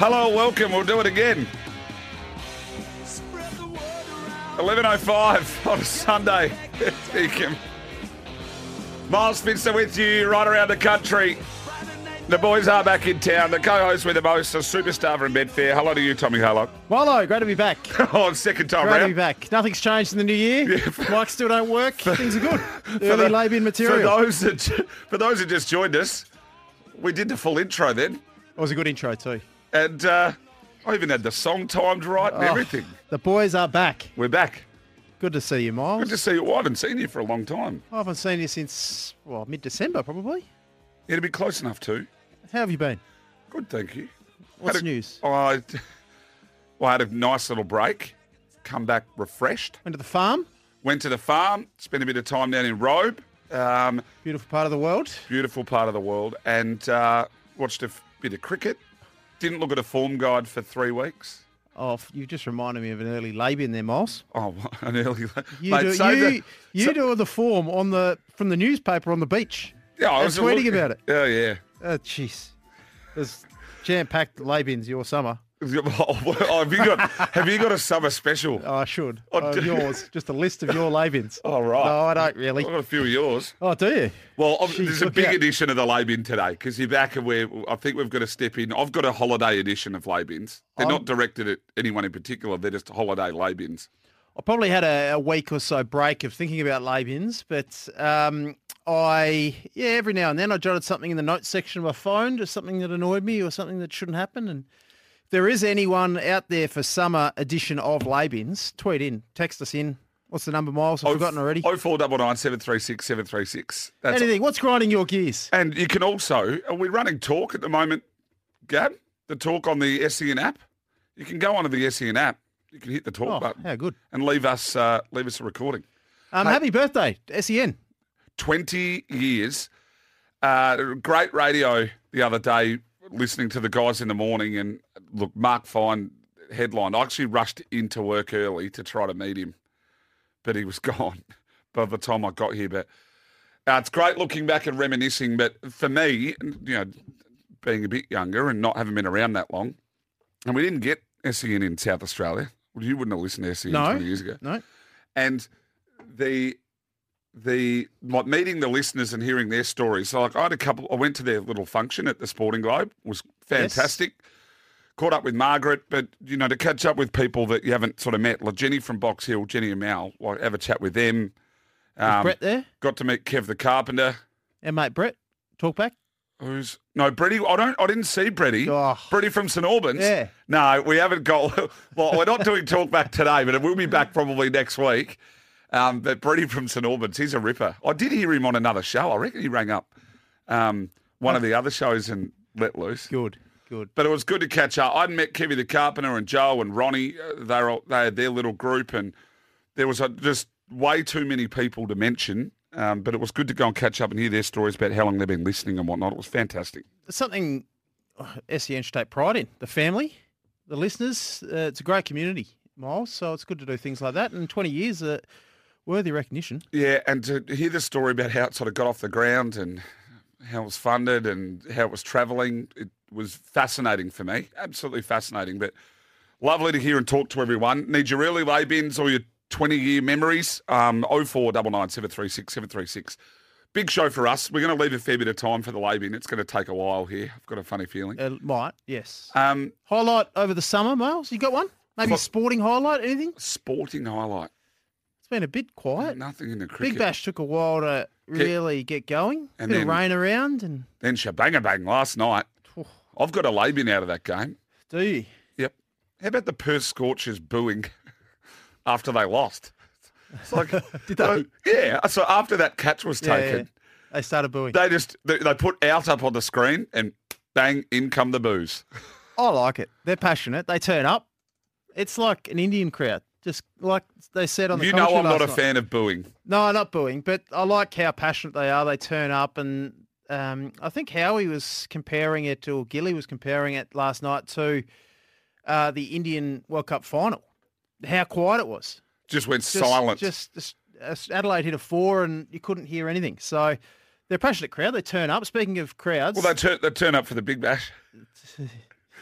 Hello, welcome. We'll do it again. 11.05 on a Sunday. It's Beacon. Miles Spencer with you right around the country. The boys are back in town. The co-host with the most, a superstar from Bedfair. Hello to you, Tommy Harlock. Milo, great to be back. Great oh, second time to round. be back. Nothing's changed in the new year. Mics still don't work. Things are good. For Early the- lab-in For material. those, that, for those that just joined us, we did the full intro then. It was a good intro too. And uh, I even had the song timed right and Oh, everything. The boys are back. We're back. Good to see you, Good Miles. to see you. Well, I haven't seen you for a long time. I haven't seen you since well mid-December probably. It'd be close enough too. How have you been? Good, thank you. What's Had a- news? Oh, I, well, I had a nice little break. Come back refreshed. Went to the farm. Went to the farm. Spent a bit of time down in Robe. Um, Beautiful part of the world. beautiful part of the world. And uh, watched a f- bit of cricket. Didn't look at a form guide for three weeks. Oh, f- you just reminded me of an early lab-in there, Miles. Oh, an early. You Mate, do so you, the- you so- do the form on the from the newspaper on the beach. yeah, I and was a tweeting look- about it. Oh, yeah. Oh, jeez. There's jam-packed lab-ins your summer. Oh, have you got Have you got a summer special? Oh, I should. Oh, Oh, do- yours. Just a list of your lave-ins. Oh, right. No, I don't I've really. got a few of yours. Oh, do you? Well, ob- Jeez, there's a look big out. edition of the Labin today because you're back and we're, I think we've got to step in. I've got a holiday edition of Labins. They're I'm- not directed at anyone in particular. They're just holiday Labins. I probably had a, a week or so break of thinking about lave-ins, but um, I, yeah, every now and then I jotted something in the notes section of my phone, just something that annoyed me or something that shouldn't happen. And if there is anyone out there for summer edition of lave-ins, tweet in, text us in. What's the number, Miles? Oh, I've forgotten already. 0499 736 736. That's Anything. What's grinding your gears? And you can also, are we running talk at the moment, Gab? The talk on the SEN app? You can go onto the SEN app. You can hit the talk Oh, button how good. and leave us uh, leave us a recording. Um, happy birthday, E to SEN. 20 years. Uh, great radio the other day, listening to the guys in the morning. And look, Mark Fine headline. I actually rushed into work early to try to meet him, but he was gone by the time I got here. But uh, it's great looking back and reminiscing. But for me, you know, being a bit younger and not having been around that long, and we didn't get SEN in South Australia. Well, you wouldn't have listened to SEN No. 20 years ago No? and the the like meeting the listeners and hearing their stories. So like I had a couple. I went to their little function at the Sporting Globe. It was fantastic. Caught up with Margaret, but you know to catch up with people that you haven't sort of met. Like Jenny from Box Hill, Jenny and Mal. Like have a chat with them. Um, Brett there? got to meet Kev the carpenter. And mate Brett, talk back. Who's no Bretty? I don't. I didn't see Bretty. Oh. Bretty from St Albans. Yeah. No, we haven't got. Well, we're not doing talk back today, but it will be back probably next week. Um, but Bretty from St Albans, he's a ripper. I did hear him on another show. I reckon he rang up um, one of the other shows and let loose. Good, good. But it was good to catch up. I'd met Kevy the carpenter and Joe and Ronnie. Uh, They were all- they had their little group, and there was a, just way too many people to mention. Um, but it was good to go and catch up and hear their stories about how long they've been listening and whatnot. It was fantastic. something uh, SEN should take pride in the family, the listeners. Uh, it's a great community, Miles. So it's good to do things like that. And 20 years, uh, worthy recognition. Yeah, and to hear the story about how it sort of got off the ground and how it was funded and how it was travelling, it was fascinating for me. Absolutely fascinating. But lovely to hear and talk to everyone. Need your early lay bins or your 20 year memories? Um, 0499 736 736. Big show for us. We're going to leave a fair bit of time for the lay bin. It's going to take a while here. I've got a funny feeling. Uh, might, yes. Um, highlight over the summer, Miles. You got one? Maybe Clock- sporting highlight, anything? sporting highlight. It's been a bit quiet. Nothing in the cricket. Big Bash took a while to really get going. And bit then- of rain around and Then shebang bang last night. Oh. I've got a lay bin out of that game. do you? Yep. How about the Perth Scorchers booing after they lost? It's like, Did they? Oh, yeah. So after that catch was Yeah, taken, yeah. They started booing. they just they, they put out up on the screen and bang, in come the boos. I like it. They're passionate. They turn up. It's like an Indian crowd. Just like they said on the You know commentary I'm not last a night. fan of booing. No, not booing, but I like how passionate they are. They turn up, and um, I think Howie was comparing it, or Gilly was comparing it last night to uh, the Indian World Cup final. How quiet it was. Just went Just- silent. Just, just uh, Adelaide hit a four, and you couldn't hear anything. So they're a passionate crowd. They turn up. Speaking of crowds, well, they turn they turn up for the big bash.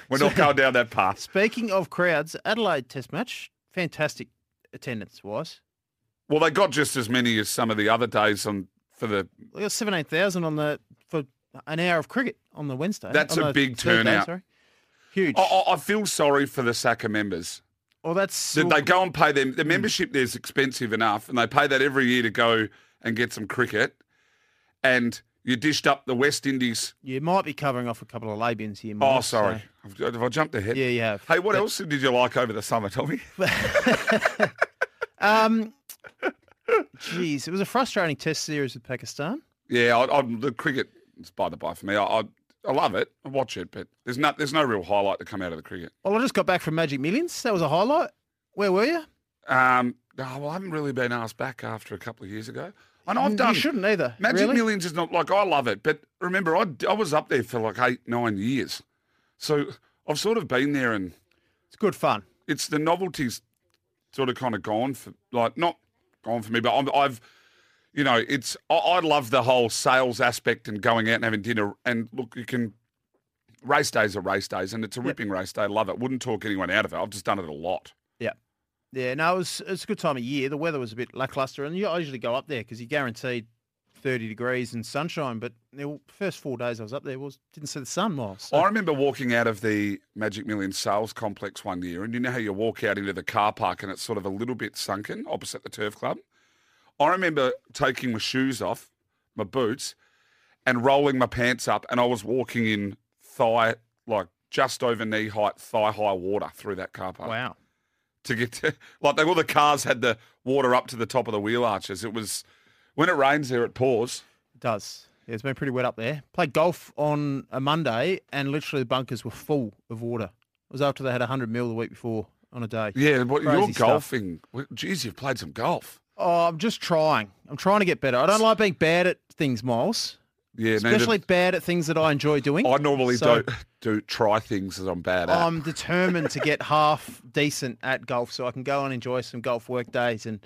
We're not going down that path. Speaking of crowds, Adelaide Test match, fantastic attendance wise. Well, they got just as many as some of the other days on for the. We got seventeen thousand on the for an hour of cricket on the Wednesday. That's on a the big Thursday, turnout. Oh, sorry. Huge. I, I- I feel sorry for the SACA members. Well, that's Did they go and pay them? The membership there's expensive enough, and they pay that every year to go and get some cricket. And you dished up the West Indies. you might be covering off a couple of labians here. Oh, Mike, so- sorry. Have- Have I jumped ahead? Yeah, you have. Hey, what else did you like over the summer, Tommy? Um, geez, it was a frustrating Test series with Pakistan. Yeah, I, I, the cricket is by the by for me. I, I, I love it. I watch it, but there's no, there's no real highlight to come out of the cricket. Well, I just got back from Magic Millions. That was a highlight. Where were you? Um, oh, well, I haven't really been asked back after a couple of years ago. And I've done. Mm, You shouldn't either. Magic really. Millions is not like I love it, but remember, I, I was up there for like eight, nine years. So I've sort of been there and It's good fun. it's the novelty's sort of kind of gone for like not gone for me, but I'm, I've you know it's I, I love the whole sales aspect and going out and having dinner and look you can race days are race days and it's a ripping race day. I love it. Wouldn't talk anyone out of it. I've just done it a lot. Yeah, no, it was it's a good time of year. The weather was a bit lackluster, and you I usually go up there because you're guaranteed thirty degrees and sunshine. But the first four days I was up there was didn't see the sun, Miles. So- I remember walking out of the Magic Million sales complex one year, and you know how you walk out into the car park and it's sort of a little bit sunken opposite the turf club? I remember taking my shoes off, my boots, and rolling my pants up, and I was walking in thigh, like just over knee height, thigh high water through that car park wow, to get to, like, they, all the cars had the water up to the top of the wheel arches. It was, when it rains there, it pours. it does. Yeah, it's been pretty wet up there. Played golf on a Monday, and literally the bunkers were full of water. It was after they had hundred mil the week before on a day. Yeah, what, you're Crazy stuff. golfing. Well, Geez, you've played some golf. Oh, I'm just trying. I'm trying to get better. I don't like being bad at things, Miles. Yeah, neither- Especially bad at things that I enjoy doing. I normally So- don't do try things that I'm bad at. I'm determined to get half decent at golf so I can go and enjoy some golf work days and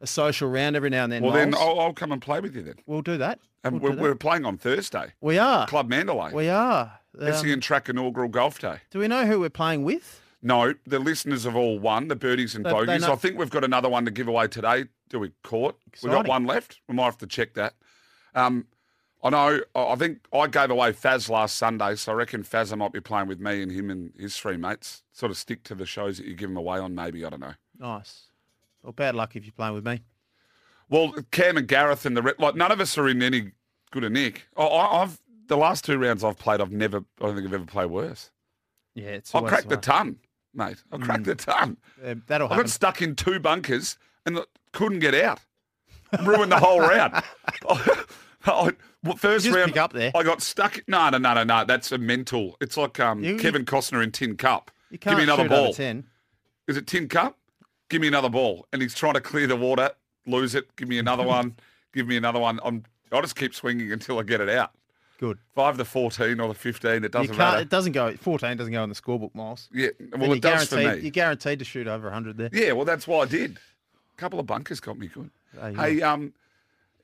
a social round every now and then. well, then Miles. I'll, I'll come and play with you then. we'll do that. And We'll we're, do that. we're playing on Thursday, We are. Club Mandalay. We are. Um, SEN Track inaugural golf day. do we know who we're playing with? No, the listeners have all won, the birdies and They- they bogeys. know- I think we've got another one to give away today. Do we court? We've got Exciting. one left. We might have to check that. Um, I know, I I think I gave away Faz last Sunday, so I reckon Fazza might be playing with me and him and his three mates. Sort of stick to the shows that you give them away on, maybe. I don't know. Nice. Well, bad luck if you're playing with me. Well, Cam and Gareth and the re- like, none of us are in any good a nick. I, I, I've the last two rounds I've played, I've never, I don't think I've ever played worse. Yeah, it's Hmm. I always cracked the hard. ton, mate. I cracked the ton. Uh, that'll I happen. got stuck in two bunkers and th- couldn't get out. Ruined the whole round. I, I, well, first just round, pick up there. I got stuck. No, no, no, no, no. That's a mental. It's like um, You- you- Kevin Costner in Tin Cup. You can't Give me another shoot over ball. 10. Is it tin cup? Give me another ball. And he's trying to clear the water, lose it. Give me another one. Give me another one. I'm, I'll just keep swinging until I get it out. Good. If I have the 14 or the 15, it You doesn't can't, matter. It doesn't go. 14 doesn't go in the scorebook, Miles. yeah, Then well, you're it does for guaranteed- me. You're guaranteed to shoot over 100 there. Yeah, well, that's why I did. A couple of bunkers got me good. There you Hey, um,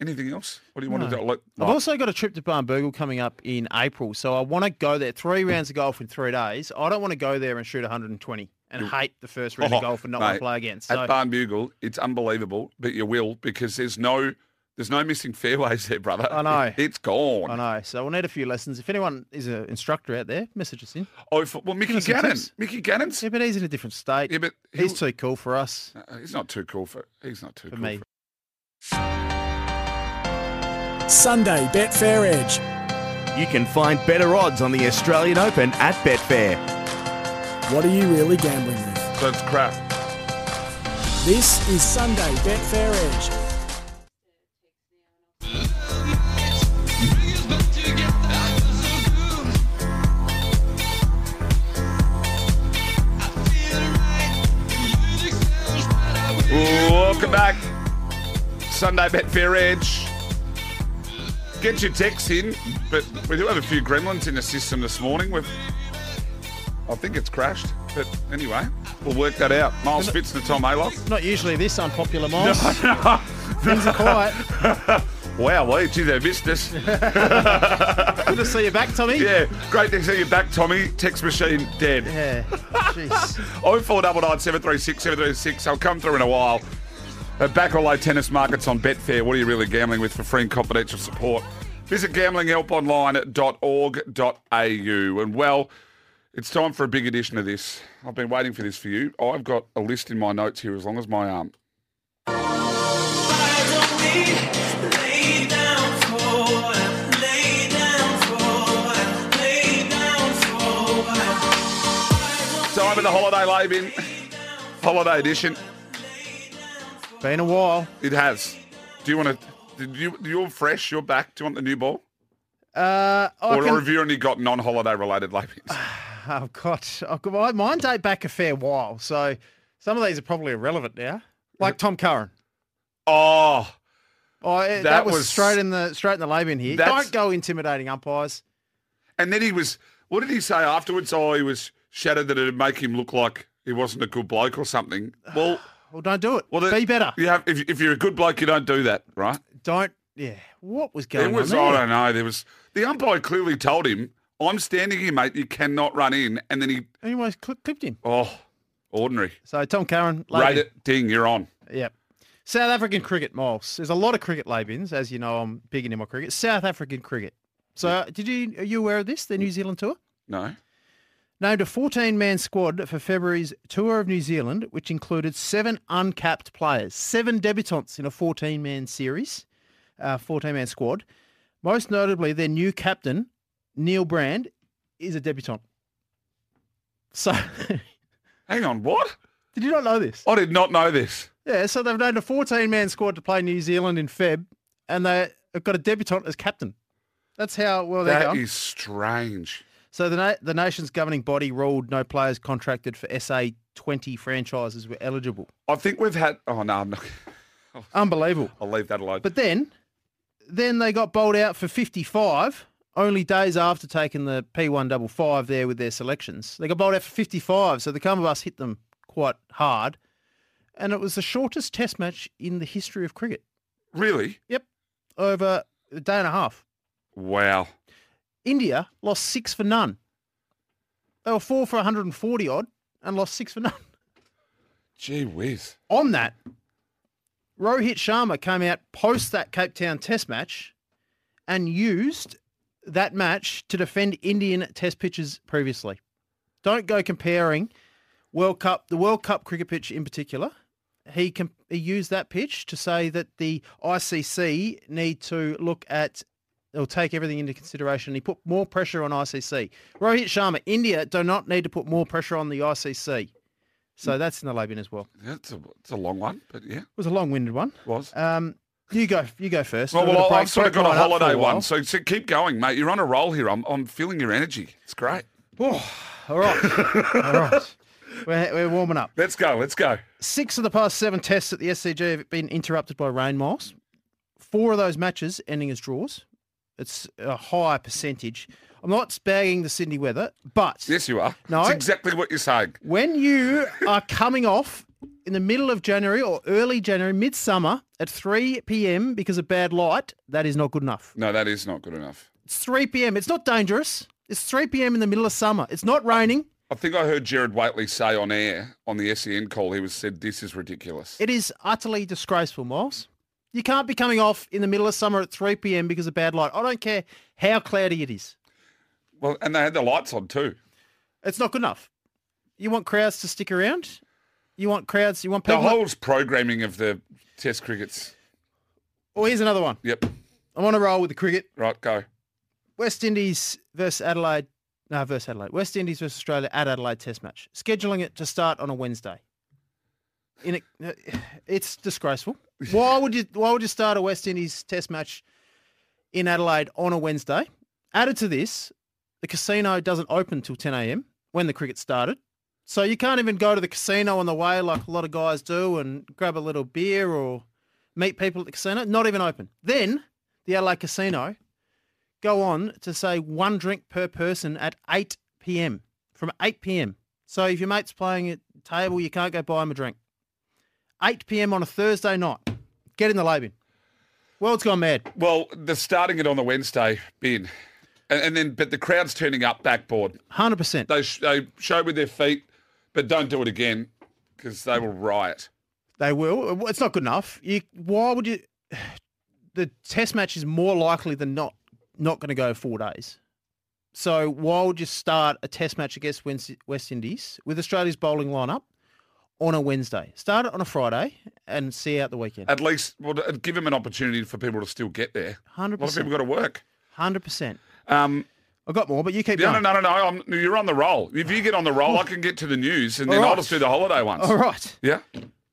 anything else? What do you want to Oh, No. do? Like, I've also got a trip to Barnburgle coming up in April, so I want to go there. Three rounds of golf in three days. I don't want to go there and shoot 120 and hate the first round Oh, of golf and not want mate, to play again. So at Barn Bugle, it's unbelievable, but you will because there's no there's no missing fairways there, brother. I know. It's gone. I know. So we'll need a few lessons. If anyone is an instructor out there, message us in. Oh, for, well, Mickey us some Gannon. tips. Mickey Gannon's. Yeah, but he's in a different state. Yeah, but he'll- he's too cool for us. Uh, He's not too cool for. He's not too For cool me. for- Sunday Betfair Edge. You can find better odds on the Australian Open at Betfair. What are you really gambling with? So it's crap. This is Sunday Betfair Edge. Welcome back, Sunday Betfair Edge. Get your texts in, but we do have a few gremlins in the system this morning. We've, I think it's crashed, but anyway, we'll work that out. Miles Fitzner, Tom Aloff. Not usually this unpopular, Miles. No, Things are quiet. Wow, well, gee, they missed us. Good to see you back, Tommy. yeah, great to see you back, Tommy. Text machine dead. Yeah. Jeez. 0499 736 736. I'll come through in a while. Uh, back all our tennis markets on Betfair. What are you really gambling with for free and confidential support? Visit gamblinghelponline.org.au. And well, it's time for a big edition of this. I've been waiting for this for you. I've got a list in my notes here as long as my arm. So I'm at the holiday lab in holiday edition. Been a while. It has. Do you want to? Did you? You're fresh. You're back. Do you want the new ball? Uh, I Or, can- or have you only got non-holiday related labels? I've got, I've got my- Oh, mine date back a fair while, so some of these are probably irrelevant now. Like Tom Curran. Oh, Oh, eh, that, That was, was- straight in the straight in the lab in here. That's- Don't go intimidating umpires. and then he was. What did he say afterwards? Oh, he was shattered that it'd make him look like he wasn't a good bloke or something. Well, Well, don't do it. well, the- Be better. You have, if, if you're a good bloke, you don't do that, right? Don't. Yeah. What was There going was. on? I there? don't know. There was. The umpire clearly told him, "I'm standing here, mate. You cannot run in." And then he. Anyways, cli clipped him. Oh, ordinary. So Tom Curran. lab Rate in. it. Ding. You're on. Yep. South African cricket, Miles. There's a lot of cricket lab-ins, as you know. I'm big into my cricket. South African cricket. So, uh, did you are you aware of this? The New Zealand tour No. named a 14-man squad for February's tour of New Zealand, which included seven uncapped players, seven debutants in a 14-man series, uh, 14-man squad. Most notably, their new captain Neil Brand is a debutant. So, Hang on. What? did you not know this? I did not know this. Yeah, so they've named a 14 man squad to play New Zealand in Feb, and they've got a debutant as captain. That's how well they're That going. is strange. So the, na- the nation's governing body ruled no players contracted for SA 20 franchises were eligible. I think we've had. Oh no, I'm not, Unbelievable. I'll leave that alone. But then, then they got bowled out for 55, only days after taking the P155 there with their selections. They got bowled out for 55, so the Cumberbus hit them quite hard. And it was the shortest test match in the history of cricket. really? Yep. Over a day and a half. Wow. India lost six for none. They were four for 140 odd and lost six for none. Gee whiz. On that, Rohit Sharma came out post that Cape Town test match and used that match to defend Indian test pitches previously. Don't go comparing World Cup, the World Cup cricket pitch in particular. He, com- he used that pitch to say that the ICC need to look at or take everything into consideration. He put more pressure on ICC. Rohit Sharma, India do not need to put more pressure on the ICC. So that's in the lab in as well. That's a, it's a long one, but yeah, It was a long-winded one. it was. Um, you go. You go first. well, We've well, got a break- I've sort of break got a mine up for holiday while. one, so, so keep going, mate. You're on a roll here. I'm, I'm feeling your energy. It's great. All right. All right. We're, we're warming up. Let's go. Let's go. Six of the past seven tests at the SCG have been interrupted by rain miles. Four of those matches ending as draws. It's a high percentage. I'm not bagging the Sydney weather, but Yes, you are. No. It's exactly what you're saying. When you are coming off in the middle of January or early January, midsummer at 3 p.m. because of bad light, that is not good enough. No, that is not good enough. It's 3 p.m. It's not dangerous. It's 3 p.m. in the middle of summer. It's not raining. I think I heard Jared Waitley say on air on the SEN call, he was said, this is ridiculous. It is utterly disgraceful, Miles. You can't be coming off in the middle of summer at 3 p.m. because of bad light. I don't care how cloudy it is. well, and they had the lights on too. It's not good enough. You want crowds to stick around? You want crowds, you want The people. whole programming of the Test crickets. oh, here's another one. Yep. I'm on a roll with the cricket. Right, go. West Indies versus Adelaide. No, versus Adelaide. West Indies versus Australia at Adelaide Test match. Scheduling it to start on a Wednesday. In a, uh, it's disgraceful. Why would you? Why would you start a West Indies Test match in Adelaide on a Wednesday? Added to this, the casino doesn't open till 10 a.m. when the cricket started, so you can't even go to the casino on the way like a lot of guys do and grab a little beer or meet people at the casino. Not even open. Then the LA casino go on to say one drink per person at 8 p.m. From 8 p.m. So if your mate's playing at table, you can't go buy him a drink. 8 p.m. on a Thursday night. Get in the lab in. World's gone mad. Well, they're starting it on the Wednesday bin, and, and then but the crowd's turning up backboard. 100%. They sh- they show with their feet, but don't do it again because they will riot. They will. Well, It's not good enough. You, why would you? The test match is more likely than not not going to go four days. So why would you start a test match against West West Indies with Australia's bowling lineup on a Wednesday? Start it on a Friday and see out the weekend. At least well, to- uh, give them an opportunity for people to still get there. A Hundred lot of people percent. got to work. Hundred percent. Um, I got more, but you keep no, no, going. no, no, no. I'm, you're on the roll. If you get on the roll, I can get to the news, and then All I'll right. just do the holiday ones. All right. Yeah.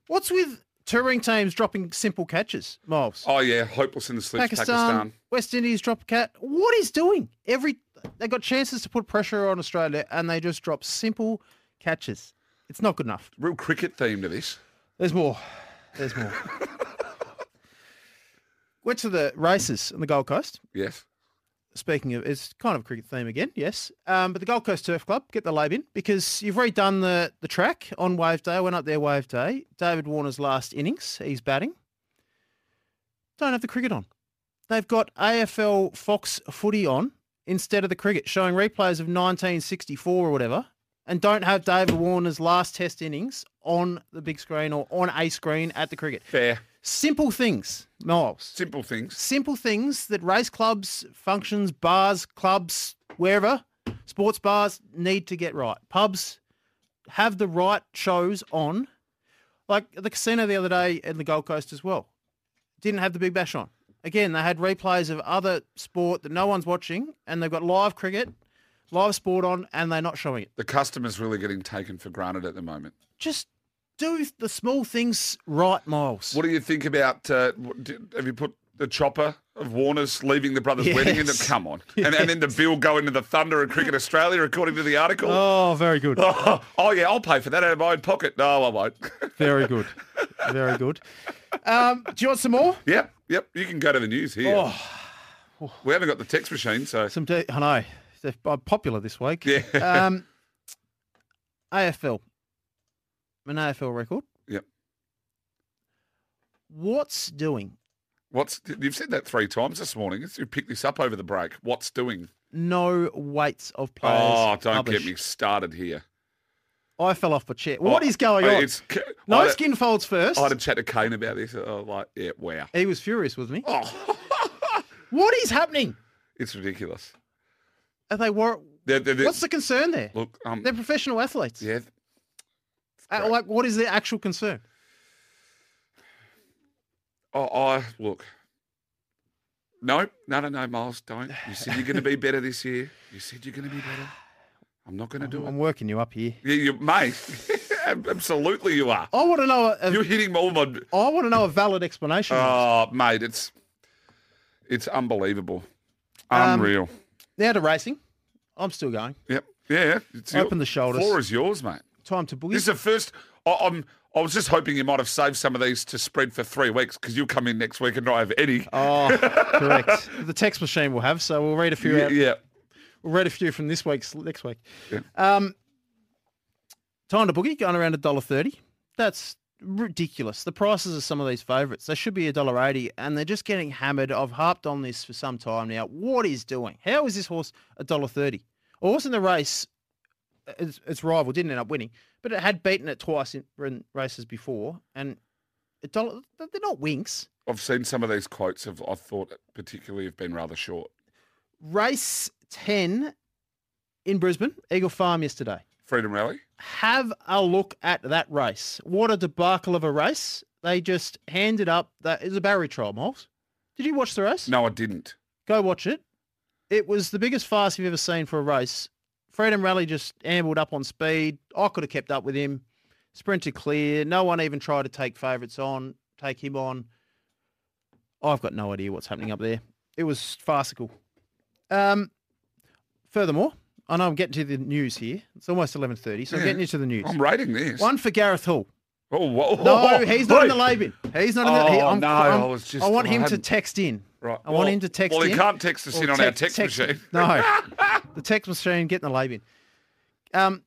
What's with touring teams dropping simple catches, Miles? Oh yeah. Hopeless in the slips. Pakistan, Pakistan. West Indies drop a cat. What is doing? Every they got chances to put pressure on Australia, and they just drop simple catches. It's not good enough. Real cricket theme to this. There's more. There's more. Went to the races on the Gold Coast. Yes. Speaking of, it's kind of a cricket theme again, yes. Um, but the Gold Coast Turf Club get the lab in because you've redone the the track on Wave Day. I went up there Wave Day. David Warner's last innings. He's batting. Don't have the cricket on. They've got AFL Fox Footy on instead of the cricket, showing replays of 1964 or whatever, and don't have David Warner's last Test innings on the big screen or on a screen at the cricket. Fair. Simple things, Miles Simple things. simple things that race clubs, functions, bars, clubs, wherever, sports bars need to get right. Pubs have the right shows on. Like at the casino the other day in the Gold Coast as well. Didn't have the Big Bash on. Again, they had replays of other sport that no one's watching and they've got live cricket, live sport on and they're not showing it. The customer's really getting taken for granted at the moment. Just do the small things right, Miles. What do you think about? Uh, what- do- have you put the chopper of Warner's leaving the brothers' wedding? In the, Yes. come on, and, and then the bill going to the Thunder and Cricket Australia, according to the article. Oh. Oh, very good. oh, yeah, I'll pay for that out of my own pocket. No, I won't. Very good. Very good. Um, do you want some more? yep, yep. You can go to the news here. Oh. We haven't got the text machine, so Some de- I know they're p- popular this week. yeah, Um, AFL, an AFL record. yep. What's doing? What's you've said that three times this morning? You picked this up over the break. What's doing? No weights of players. Oh, don't published. get me started here. I fell off my chair. What Oh, is going on? It's, I, no had, a- skin folds first. I had a chat to Kane about this. Oh, like yeah, wow. he was furious with me. Oh, What is happening? it's ridiculous. Are they war- They're- they're- they're- What's the concern there? Look, um, They're professional athletes. yeah, Uh, like, what is their actual concern? oh, I look. No, no, no, no, Miles, don't. You said you're going to be better this year. You said you're going to be better. I'm not going to do it. I'm working you up here. Yeah, you, mate. ab- Absolutely, you are. I want to know. A, You're hitting all my. I want to know a valid explanation. Oh, mate, it's it's unbelievable, Um, unreal. now to racing. I'm still going. yep. Yeah, yeah. It's Open the shoulders. Floor is yours, mate. Time to boogie. This is the first. I, I'm. I was just hoping you might have saved some of these to spread for three weeks because you'll come in next week and not have any. Oh, correct. The text machine will have, so we'll read a few. yeah, out, yeah. We'll read a few from this week's next week. Yeah. Um, time to boogie going around a dollar thirty. That's ridiculous. The prices of some of these favourites they should be a dollar eighty, and they're just getting hammered. I've harped on this for some time now. What is doing? How is this horse a dollar thirty? A horse in the race, its, its rival didn't end up winning, but it had beaten it twice in, in races before, and a dollar. They're not winks. I've seen some of these quotes. Have I thought particularly have been rather short. race 10 in Brisbane, Eagle Farm yesterday. Freedom rally. Have a look at that race. What a debacle of a race. They just handed up that it was a Barry trial, Miles. Did you watch the race? No, I didn't. Go watch it. It was the biggest fast you've ever seen for a race. Freedom Rally just ambled up on speed. I could have kept up with him. Sprinted clear. No one even tried to take favourites on, take him on. I've got no idea what's happening up there. It was farcical. Um, furthermore, I know I'm getting to the news here. It's almost 11.30, so I'm Yeah. getting into the news. I'm rating this. One for Gareth Hall. Oh, whoa. No, he's not in the Wait. lab bin. He's not in the... he- Oh, I'm- no, I'm- I was just- I want I him to hadn't- text in. Right. I want him to text Well, in. he can't text us Or in on our text, text- text- machine. No, the text machine getting the lab in. Um,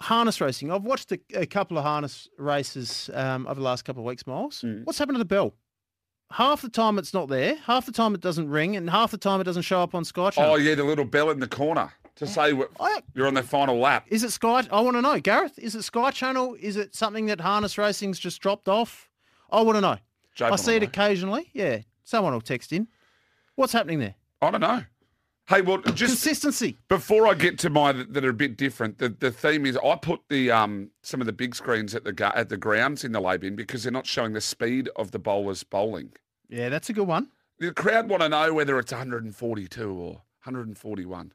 harness racing. I've watched Hmm. a, a couple of harness races um, over the last couple of weeks, Miles. What's happened to the bell? half the time it's not there, half the time it doesn't ring, and half the time it doesn't show up on Sky Oh Channel. yeah, the little bell in the corner to say wh- I- you're on the final lap. Is it Sky? I want to know, Gareth. Is it Sky Channel? Is it something that Harness Racing's just dropped off? I want to know. Jay I see it Bonaway. occasionally. Yeah, someone will text in. What's happening there? I don't know. Hey, well, just Consistency. before I get to mine that, that are a bit different, the, the theme is I put the um some of the big screens at the gu- at the grounds in the lay bin because they're not showing the speed of the bowlers bowling. Yeah, that's a good one. The crowd want to know whether it's 142 or 141.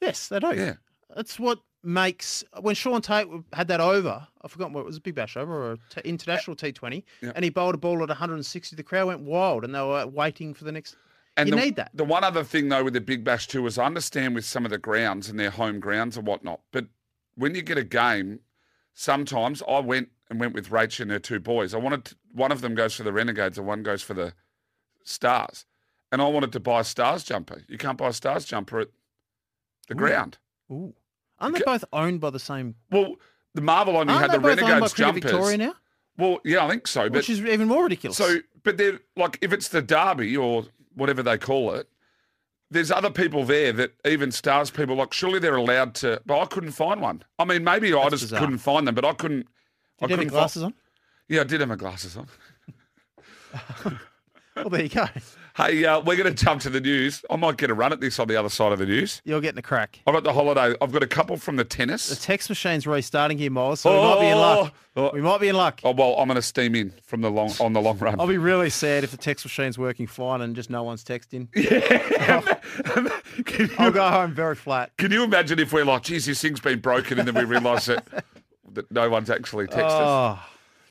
Yes, they do. Yeah. That's what makes when Sean Tate had that over. I forgot what it was a big bash over or a t- international T20, Yeah. and he bowled a ball at 160. The crowd went wild, and they were waiting for the next. And you the, need that. The one other thing though with the Big Bash too is I understand with some of the grounds and their home grounds and whatnot, but when you get a game, sometimes I went and went with Rach and her two boys. I wanted to- one of them goes for the Renegades and one goes for the Stars, and I wanted to buy a Stars jumper. You can't buy a Stars jumper at the ground. Ooh, aren't they both owned by the same? Well, the Marvel on you had Aren't they the both owned by Renegades Cricket jumpers. Victoria now? Well, yeah, I think so, but Which is even more ridiculous. So, but they're like, if it's the derby or whatever they call it, there's other people there that even stars people like. Surely they're allowed to, but I couldn't find one. I mean, maybe I That's just bizarre. couldn't find them, but I couldn't. I Did you have couldn't your glasses on? Find, yeah, I did have my glasses on. Well, there you go. Hey, uh, we're going to jump to the news. I might get a run at this on the other side of the news. You're getting a crack. I've got the holiday. I've got a couple from the tennis. The text machine's restarting here, Miles, so we might be in luck. Oh, We might be in luck. oh, well, I'm going to steam in from the long on the long run. I'll be really sad if the text machine's working fine and just no one's texting. Can you I'll go home very flat. Can you imagine if we're like, geez, this thing's been broken, and then we realise that, that no one's actually texted? us? Oh.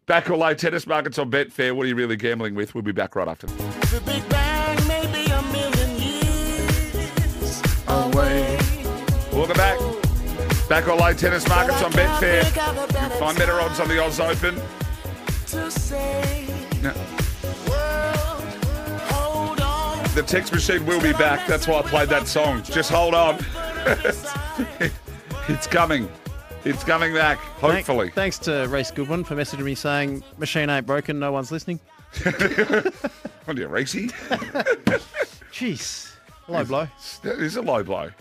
Back or low tennis markets on Betfair. What are you really gambling with? We'll be back right after. this. The Big Bang may be a million years away. Welcome back. Back or low tennis markets on Betfair. Find Find better odds on the Oz Open. To say, No. world, hold on. The text machine will be back. That's why I played that song. Just hold on. It's coming. It's coming back, Thank- hopefully. Thanks to Race Goodwin for messaging me saying machine ain't broken, no one's listening. What are you, Reeksy? Jeez, low blow. That is a low blow.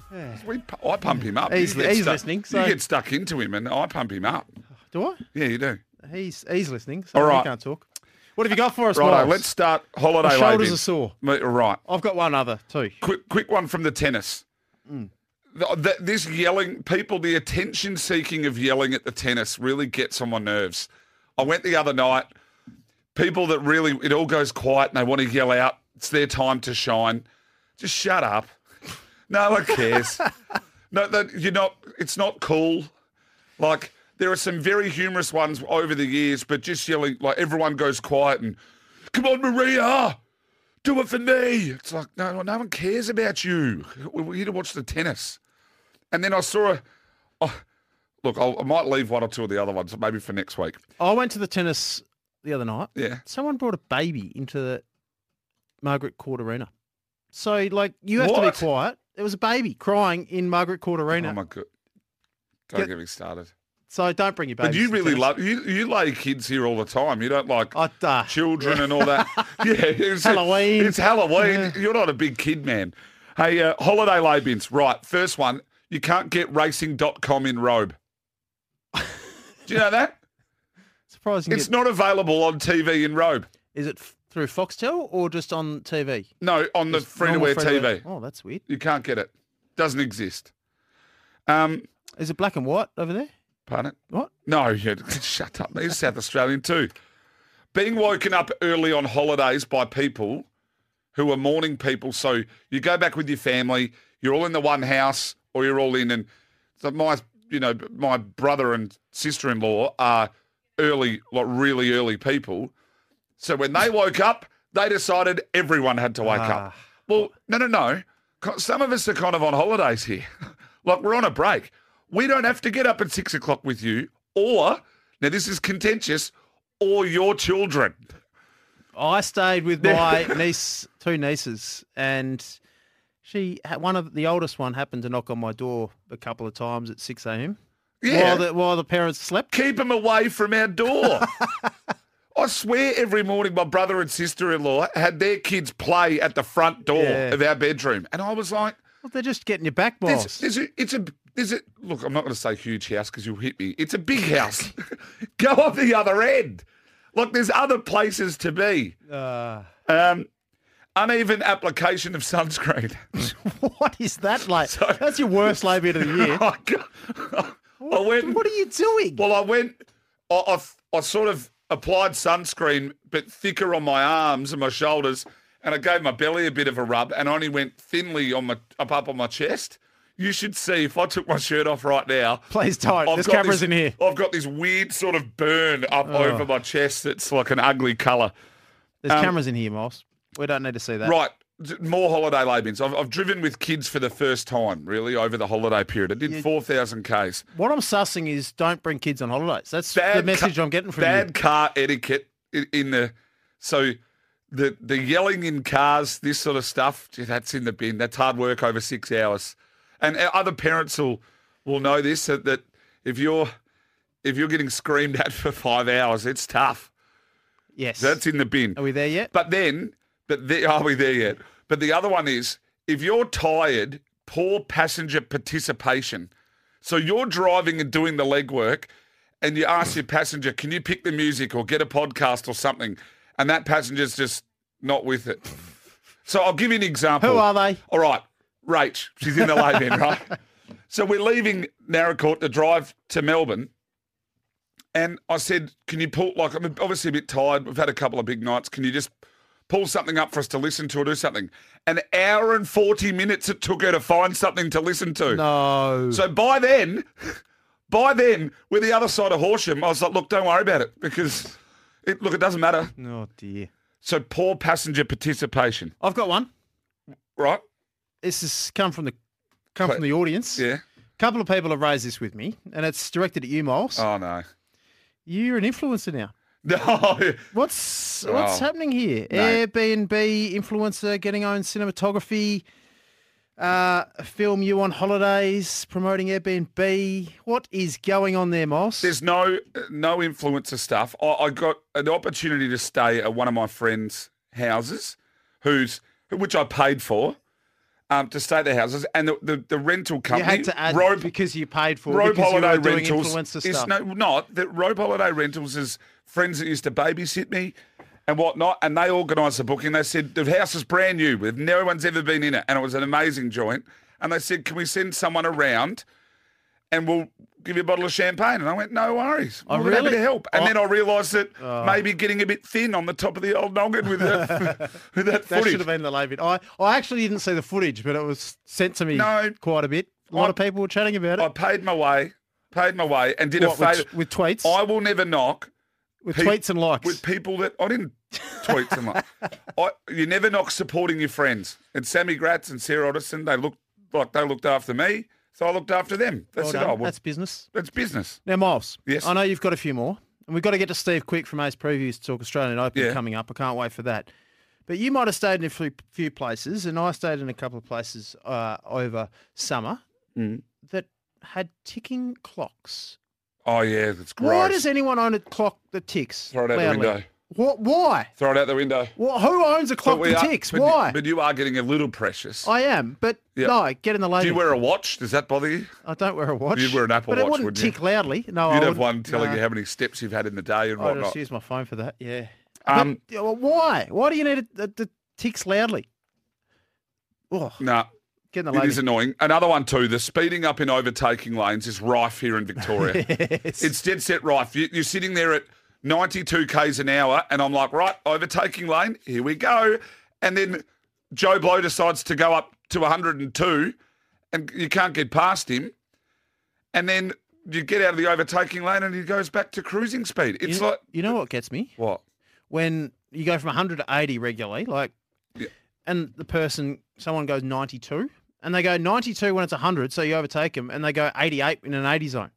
We, pu- I pump him up. You He's- get he's stuck- listening, You so- get stuck into him, and I pump him up. Do I? Yeah, you do. He's he's listening. So All All right. right, can't talk. What have you got for us, Righto, Miles? let's start holiday. My shoulders labing. are sore. M- Right, I've got one other too. quick, quick one from the tennis. The- the- this yelling, people, the attention seeking of yelling at the tennis really gets on my nerves. I went the other night. People that really, it all goes quiet and they want to yell out. It's their time to shine. Just shut up. No one cares. no, that you're not. It's not cool. Like there are some very humorous ones over the years, but just yelling like everyone goes quiet and come on, Maria, do it for me. It's like no, no one cares about you. We're here to watch the tennis. And then I saw a. oh, look, I'll, I might leave one or two of the other ones, maybe for next week. I went to the tennis the other night. Yeah. Someone brought a baby into the Margaret Court Arena. So like you have to What? be quiet. There was a baby crying in Margaret Court Arena. Oh my god. Don't Get- get me started. so don't bring your baby. But you really love you. You lay kids here all the time. You don't like I, uh, children and all that. yeah, it's Halloween. It's Halloween. Yeah. You're not a big kid, man. Hey, uh, holiday lay bins. Right, first one. You can't get racing.com in robe. Do you know that? surprising. It's it- not available on TV in robe. Is it f- through Foxtel or just on TV? No, on the Just free to normal wear free-to-air. TV. Oh, that's weird. You can't get it. Doesn't exist. Um, Is it black and white over there? pardon it? What? No, you shut up. He's South Australian too. Being woken up early on holidays by people who are morning people. So you go back with your family, you're all in the one house or you're all in and so my you know, my brother and sister in law are early, like really early people. So when they woke up, they decided everyone had to wake up. Well, no, no, no. Co- Some of us are kind of on holidays here. like we're on a break. We don't have to get up at six o'clock with you, or now this is contentious, or your children. I stayed with my niece, two nieces, and she had- one of the oldest one happened to knock on my door a couple of times at six a.m. Yeah, While the while the parents slept. keep them away from our door. I swear every morning my brother and sister in law had their kids play at the front door Yeah. of our bedroom. And I was like, Well, they're just getting your back, there's, boss. there's a, it's a, there's a, look, I'm not going to say huge house because you'll hit me. It's a big house. Go off the other end. Look, there's other places to be. Uh, Um, uneven application of sunscreen. what is that like? So- That's your worst labour of the year. I go- I went, What are you doing? well, I went, I, I, I sort of applied sunscreen, but thicker on my arms and my shoulders. And I gave my belly a bit of a rub and only went thinly on my, up, up on my chest. You should see if I took my shirt off right now. Please don't. I've There's got cameras this- in here. Oh. I've got this weird sort of burn up over my chest that's like an ugly colour. There's um, cameras in here, Moss. We don't need to see that. Right. d- More holiday labourings. I've, I've driven with kids for the first time, really, over the holiday period. I did 4,000 Ks. What I'm sussing is don't bring kids on holidays. That's the ca- message I'm getting from bad you. car etiquette in, in the so the the yelling in cars, this sort of stuff. gee, That's in the bin. That's hard work over six hours. And uh, other parents will will know this that, that if you're if you're getting screamed at for five hours, it's tough. Yes. That's in the bin. Are we there yet? But then, but the, are we there yet? But the other one is if you're tired, poor passenger participation. So you're driving and doing the legwork, and you ask your passenger, can you pick the music or get a podcast or something? And that passenger's just not with it. So I'll give you an example. Who are they? All right, Rach, she's in the lane then, right? So we're leaving Narracourt to drive to Melbourne. And I said, can you pull, like, I'm obviously a bit tired. We've had a couple of big nights. Can you just pull something up for us to listen to or do something? An hour and 40 minutes it took her to find something to listen to. No. So by then, by then, we're the other side of Horsham. I was like, look, don't worry about it because, it, look, it doesn't matter. Oh dear. So poor passenger participation, I've got one. right? This has come from the come Wait. from the audience. Yeah. A couple of people have raised this with me, and it's directed at you, Moles. Oh, no. You're an influencer now. No. What's Oh, what's happening here? no. Airbnb influencer getting own cinematography, uh, film you on holidays, promoting Airbnb. What is going on there, Moss? There's no no influencer stuff. I, I got an opportunity to stay at one of my friends' houses, who's which I paid for, um, to stay at their houses, and the, the, the rental you company had to add Robe- because you paid for it Robe because you were Holiday doing Rentals influencer is stuff. no, not that Robe Holiday Rentals is friends that used to babysit me and whatnot, and they organised the booking. They said the house is brand new, with no one's ever been in it, and it was an amazing joint. And they said, can we send someone around, and we'll give you a bottle of champagne? And I went, no worries, Oh, we're happy really? to help. And Oh. then I realised that maybe getting a bit thin on the top of the old noggin with that, with that that footage. should have been the label. I, I actually didn't see the footage, but it was sent to me No. quite a bit. A lot of people were chatting about I it. paid my way, paid my way, and did What, a with, favour. with tweets, I will never knock with pe- tweets and likes. with people that I didn't tweet them. Like, I, you never knock supporting your friends. And Sammy Gratz and Sarah Otteson, they looked like they looked after me, so I looked after them. That's Well it. done. Oh, well, that's, That's business. business. Now, Miles, Yes. I know you've got a few more, and we've got to get to Steve Quick from Ace Previews to talk Australian Open Yeah. coming up. I can't wait for that. But you might have stayed in a few, few places, and I stayed in a couple of places uh, over summer Mm. that had ticking clocks. Oh yeah, that's gross. Why does anyone own a clock that ticks? Throw it out the loudly? window. What? Why? Throw it out the window. Wha who owns a clock we that are- ticks? but you- Why? but you are getting a little precious. I am, but Yeah. no, get in the Do lady. you wear a watch? Does that bother you? I don't wear a watch. You'd wear an Apple but it Watch, wouldn't wouldn't you? tick loudly. No, I You'd have wouldn't. one telling Oh, No. Oh, you how many steps you've had in the day and I whatnot. just use my phone for that. Yeah. Um, But, yeah, well, why? Why do you need it that that ticks loudly? Oh, Nah, get in the it lady. is annoying. Another one too. The speeding up in overtaking lanes is rife here in Victoria. Yes. It's dead set rife. You, you're sitting there at 92 k's an hour, and I'm like, right, overtaking lane, here we go. And then Joe Blow decides to go up to 102, and you can't get past him. And then you get out of the overtaking lane, and he goes back to cruising speed. It's you, like you know what gets me what? when you go from 100 to 80 regularly, like, Yeah. and the person, someone goes 92, and they go 92 when it's 100, so you overtake them, and they go 88 in an 80 zone.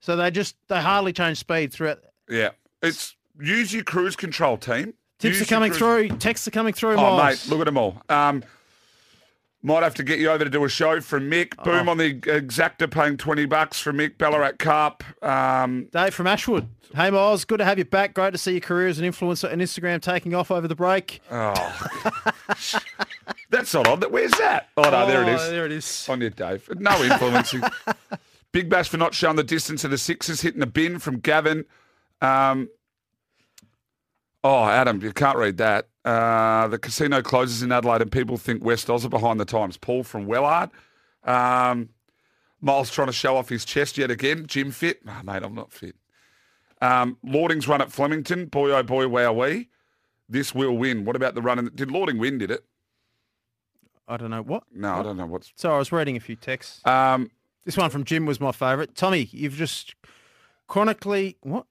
So they just they hardly change speed throughout. Yeah, it's use your cruise control team. Tips Use are your coming cruise- through. Texts are coming through. Oh, Miles. mate, look at them all. Um, Might have to get you over to do a show from Mick. Boom on the exacta paying 20 bucks from Mick Ballarat Cup. Um, Dave from Ashwood. Hey, Miles. Good to have you back. Great to see your career as an influencer and Instagram taking off over the break. that's not on. Where's that? Oh, no, there it is. There it is. On you, Dave. No influencing. Big bash for not showing the distance of the sixes, hitting the bin from Gavin. Um, oh, Adam, you can't read that. Uh, the casino closes in Adelaide and people think West Oz are behind the times. Paul from Wellard. Um, Miles trying to show off his chest yet again. Jim fit. Oh, mate, I'm not fit. Um, Lording's run at Flemington. Boy, oh boy, wow, we. This will win. What about the run? In the, did Lording win, did it? I don't know what. No, I don't know what's. So I was reading a few texts. Um, This one from Jim was my favourite. Tommy, you've just chronically what?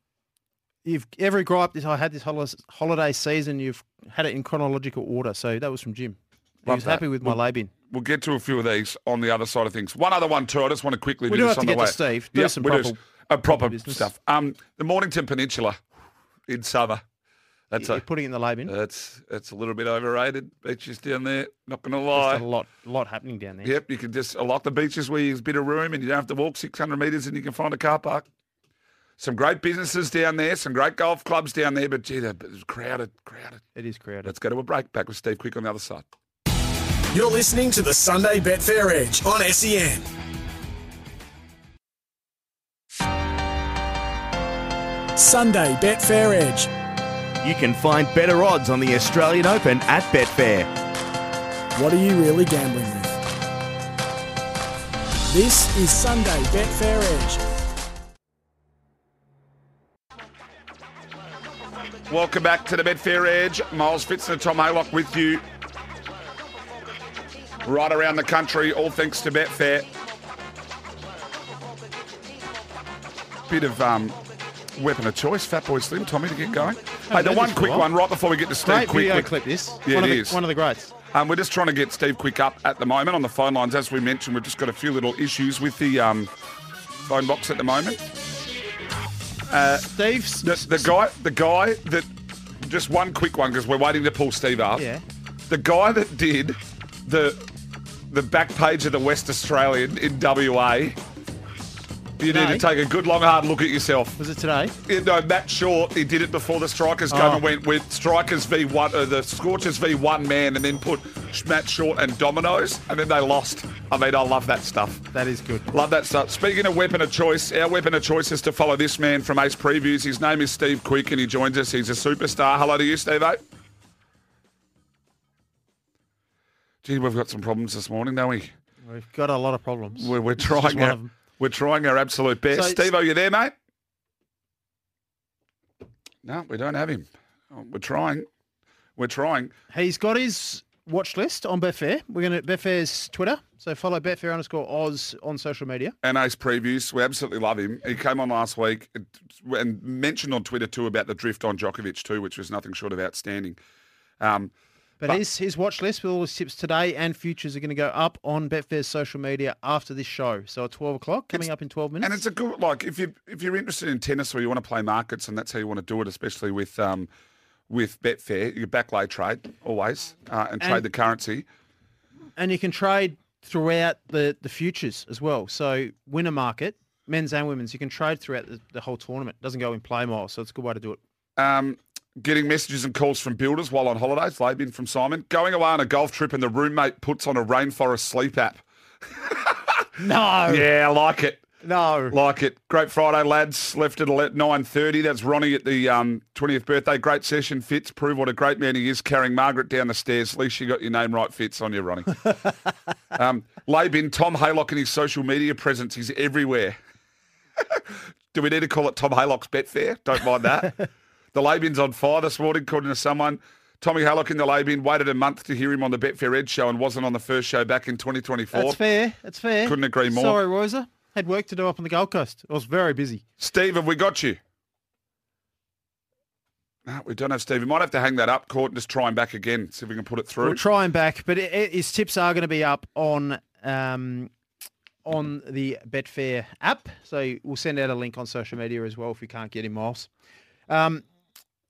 You've every gripe this I had this holiday, holiday season. You've had it in chronological order. So that was from Jim. He Love was that. happy with my labing. We'll get to a few of these on the other side of things. One other one too. I just want to quickly We do do this have on to the get way. to Steve. Do some we proper- uh, proper, business. stuff. Um, the Mornington Peninsula in Summer. That's a You're Uh, putting it in the labing. that's that's a little bit overrated. Beaches down there, not going to Just a lie. lot, lot happening down there. Yep, you can just a lot of the beaches where there's a bit of room and you don't have to walk 600 metres and you can find a car park. Some great businesses down there, some great golf clubs down there, but gee, they're crowded, crowded. It is crowded. Let's go to a break. Back with Steve Quick on the other side. You're listening to the Sunday Betfair Edge on E SEN. Sunday Betfair Edge. You can find better odds on the Australian Open at Betfair. What are you really gambling with? This is Sunday Betfair Edge. Welcome back to the Betfair Edge. Miles Fitzner, Tom Haylock with you. Right around the country, all thanks to Betfair. Bit of um, weapon of choice, Fat Boy Slim, Tommy, to get going. Hey, the done one this for a quick while. one right before we get to Steve Great Quick. video with- clip. This Yeah, it one of the, is. One of the greats. um, we're just trying to get Steve Quick up at the moment on the phone lines. As we mentioned, we've just got a few little issues with the um, phone box at the moment. Steve's. The, the guy, the guy that, just one quick one because we're waiting to pull Steve up. Yeah. The guy that did the the back page of the West Australian in WA. You need to Today? take a good long hard look at yourself. Was it today? You know, Matt Short, he did it before the strikers Oh. come and went with strikers v one, uh, the scorchers v one man, and then put Matt Short and Dominoes, and then they lost. I mean, I love that stuff. That is good. Love that stuff. Speaking of weapon of choice, our weapon of choice is to follow this man from Ace Previews. His name is Steve Quick and he joins us. He's a superstar. Hello to you, Steve. Gee, we've got some problems this morning, don't we? We've got a lot of problems. We're, we're This is just trying one our, of 'em. we're trying our absolute best. So- Steve, are you there, mate? No, we don't have him. Oh, We're trying. We're trying. He's got his watch list on Betfair. We're going to Betfair's Twitter. So follow Betfair underscore Oz on social media. and Ace previews. We absolutely love him. He came on last week and mentioned on Twitter too about the drift on Djokovic too, which was nothing short of outstanding. Um, But, his, his watch list with all his tips today and futures are going to go up on Betfair's social media after this show. So at 12 o'clock, coming up in 12 minutes. and it's a good like if you if you're interested in tennis or you want to play markets and that's how you want to do it, especially with um, with Betfair, you backlay trade always uh, and trade And- the currency. and you can trade throughout the, the futures as well. So winner market, men's and women's, you can trade throughout the, the whole tournament. It doesn't go in play miles, so it's a good way to do it. um, getting messages and calls from builders while on holidays. Labin from Simon. Going away on a golf trip and the roommate puts on a rainforest sleep app. No, Yeah, I like it. no. Like it. Great Friday, lads. Left at nine thirty. That's Ronnie at the um, 20th birthday. Great session, Fitz. Prove what a great man he is. Carrying Margaret down the stairs. At least you got your name right, Fitz. On you, Ronnie. um, Labin, Tom Haylock, and his social media presence. He's everywhere. Do we need to call it Tom Haylock's Betfair? Don't mind that. the Labin's on fire this morning, according to someone. Tommy Haylock in the Labin waited a month to hear him on the Betfair Edge show and wasn't on the first show back in 2024. That's fair. That's fair. Couldn't agree more. Sorry, Rosa. Had work to do up on the Gold Coast. I was very busy. Steve, have we got you? No, we don't have Steve. We might have to hang that up, Court, and just try him back again, see if we can put it through. We'll try him back, but it, it, his tips are going to be up on um, on the Betfair app. So we'll send out a link on social media as well if we can't get him, Miles. Um,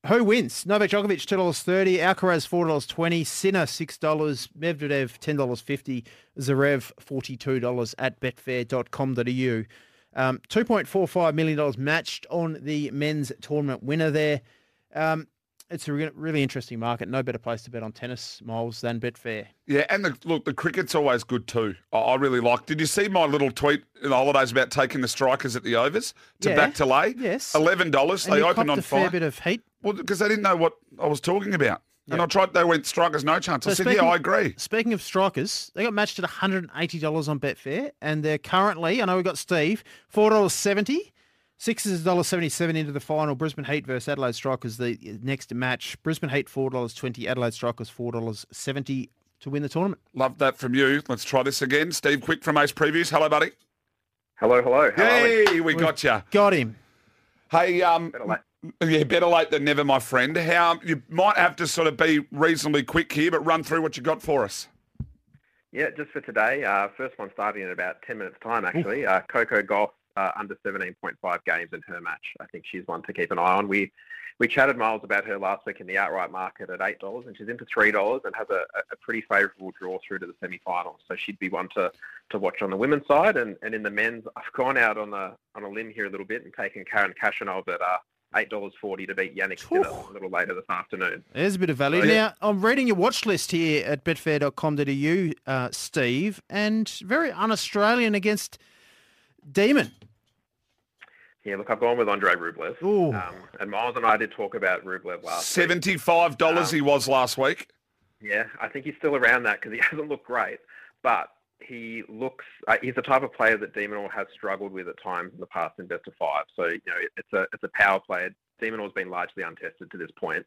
Who wins? Novak Djokovic two dollars thirty, Alcaraz four dollars twenty, Sinner six dollars, Medvedev ten dollars fifty, Zarev forty two dollars at betfair.com.au. Um, two point four five million dollars matched on the men's tournament winner there. Um, it's a re- really interesting market. No better place to bet on tennis, Miles, than Betfair. Yeah, and the, look, the cricket's always good too. I, I really like. Did you see my little tweet in the holidays about taking the strikers at the overs to Yeah. back to lay? Yes. eleven dollars. And They you opened copped on a fair five. bit of heat. Well, because they didn't know what I was talking about, and I tried. They went strikers, no chance. I said, yeah, I agree. Speaking of strikers, they got matched at one hundred and eighty dollars on Betfair, and they're currently. I know we have got Steve four dollars seventy. Sixes is dollar seventy seven into the final. Brisbane Heat versus Adelaide Strikers the next match. Brisbane Heat four dollars twenty. Adelaide Strikers four dollars seventy to win the tournament. Love that from you. Let's try this again. Steve Quick from Ace Previews. Hello, buddy. Hello, hello. How are we? Hey, we got you. Got him. Hey, um, late. yeah, better late than never, my friend. How you might have to sort of be reasonably quick here, but run through what you got for us. Yeah, just for today. Uh, first one starting in about 10 minutes' time, actually. Uh, Coco Golf, uh, under 17.5 games in her match. I think she's one to keep an eye on. We we chatted miles about her last week in the outright market at $8, and she's in for $3 and has a, a- a pretty favourable draw through to the semi-finals. So she'd be one to, to watch on the women's side. And, and in the men's, I've gone out on a, on a limb here a little bit and taken Karen Kashanov at uh, $8.40 to beat Yannick Sinner a little later this afternoon. There's a bit of value. Oh, yeah. Now, I'm reading your watch list here at betfair.com.au, uh, Steve, and very un Australian against Demon. Yeah, look, I've gone with Andre Rublev. Ooh. Um, and Miles and I did talk about Rublev last week. Seventy-five dollars he was last week. Yeah, I think he's still around that because he hasn't looked great, but he looks. Uh, he's the type of player that Demonor has struggled with at times in the past in best of five. So you know, it- it's a it's a power player. Demonor's been largely untested to this point.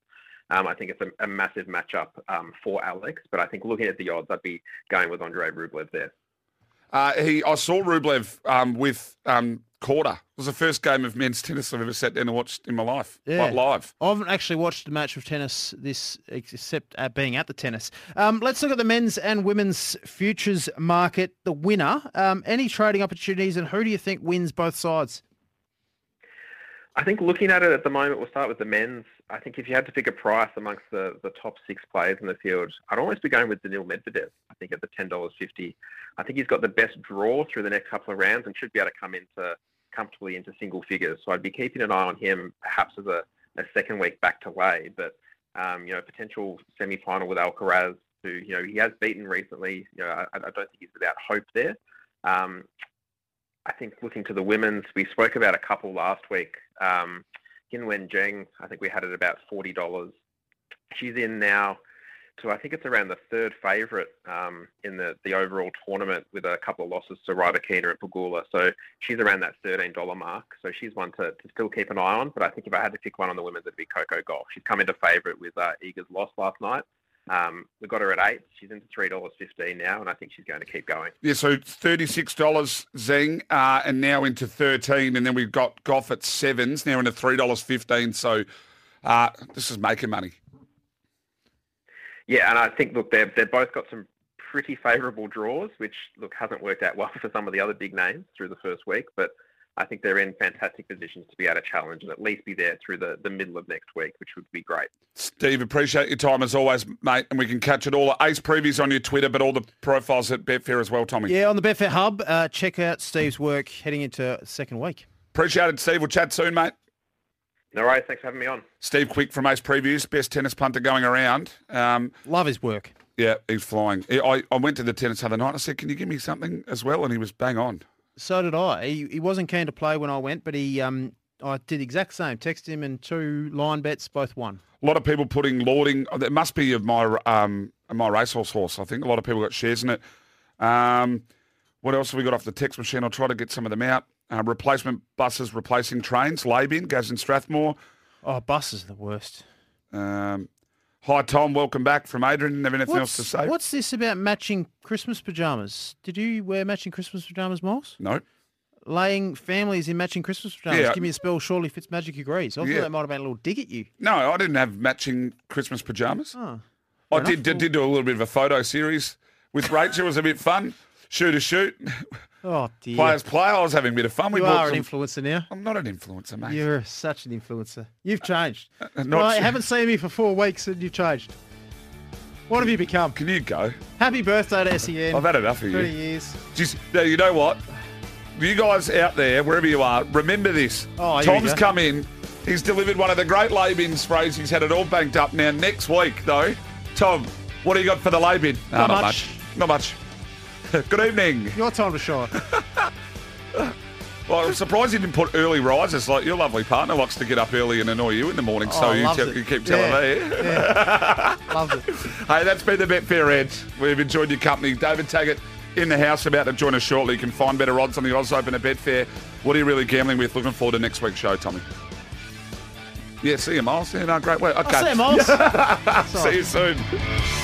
Um, I think it's a, a massive matchup um, for Alex, but I think looking at the odds, I'd be going with Andre Rublev there. Uh, he, I saw Rublev um, with um, Corda. It was the first game of men's tennis I've ever sat down and watched in my life, Yeah. like live. I haven't actually watched a match of tennis this, except at being at the tennis. Um, let's look at the men's and women's futures market. The winner, um, any trading opportunities, and who do you think wins both sides? I think looking at it at the moment, we'll start with the men's. I think if you had to pick a price amongst the, the top six players in the field, I'd always be going with Daniil Medvedev. I think at the ten dollars fifty, I think he's got the best draw through the next couple of rounds and should be able to come into comfortably into single figures. So I'd be keeping an eye on him, perhaps as a, a second week back to lay, but um, you know potential semi final with Alcaraz, who you know he has beaten recently. You know I, I don't think he's without hope there. Um, I think looking to the women's, we spoke about a couple last week. Um, Wen Zheng, I think we had it about forty dollars. She's in now to I think it's around the third favourite um, in the, the overall tournament with a couple of losses to Rybakina and Pagula. So she's around that thirteen dollar mark. So she's one to, to still keep an eye on. But I think if I had to pick one on the women's, it'd be Coco Golf. She's come into favourite with uh, Eager's loss last night. Um, we got her at eight. She's into three dollars fifteen now, and I think she's going to keep going. Yeah, so thirty-six dollars Zing, uh, and now into thirteen, and then we've got Goff at sevens, now into three dollars fifteen. So uh, this is making money. Yeah, and I think look, they've they've both got some pretty favourable draws, which look hasn't worked out well for some of the other big names through the first week, but I think they're in fantastic positions to be able to challenge and at least be there through the, the middle of next week, which would be great. Steve, appreciate your time as always, mate, and we can catch it all at Ace Previews on your Twitter, but all the profiles at Betfair as well, Tommy. Yeah, on the Betfair Hub, uh, check out Steve's work heading into second week. Appreciate it, Steve. We'll chat soon, mate. No worries, thanks for having me on. Steve Quick from Ace Previews, best tennis punter going around. Um, Love his work. yeah, he's flying. I, I- I went to the tennis the other night. I said, "Can you give me something as well?" And he was bang on. So did I. He, he wasn't keen to play when I went, but he um, I did the exact same. Text him and two line bets, both won. A lot of people putting lauding. It must be of my um my racehorse horse. I think a lot of people got shares in it. Um, what else have we got off the text machine? I'll try to get some of them out. Uh, replacement buses replacing trains. Labin, Gaz and Strathmore. Oh, buses are the worst. Um, hi Tom, welcome back from Adrian. Never anything else to say. What's this about matching Christmas pajamas? Did you wear matching Christmas pajamas, Miles? No. Laying families in matching Christmas pajamas. Yeah. Give me a spell. Surely Fitzmagic agrees. I Yeah. thought that might have been a little dig at you. No, I didn't have matching Christmas pajamas. Oh. I enough. did, did did do a little bit of a photo series with Rachel. It was a bit fun. Shoot a shoot. Oh dear. Players play. I was having a bit of fun. you bought are an some- influencer now. I'm not an influencer, mate. You're such an influencer. You've changed. uh, not well, I sure. haven't seen me for four weeks and you've changed. What have you become? Can you go? Happy birthday to SEN. I've had enough of 30 you. years. Just, now, you know what? You guys out there, wherever you are, remember this. Oh, here we Tom's go. come in. He's delivered one of the great lay bin sprays. He's had it all banked up. Now, next week, though, Tom, what do you got for the lay bin? No, Not not much. Not much. Good evening. Your time to shine. Well, I'm surprised you didn't put early risers. Like your lovely partner likes to get up early and annoy you in the morning, so Oh, you, loves te- it. you keep telling Yeah. me. Loved it. Hey, that's been the Betfair Edge. We've enjoyed your company. David Taggart in the house, about to join us shortly. You can find better odds on the Oz Open at Betfair. What are you really gambling with? Looking forward to next week's show, Tommy. Yeah, see you, Miles. Yeah, no, great work. Okay. Sam Olsen. see you soon.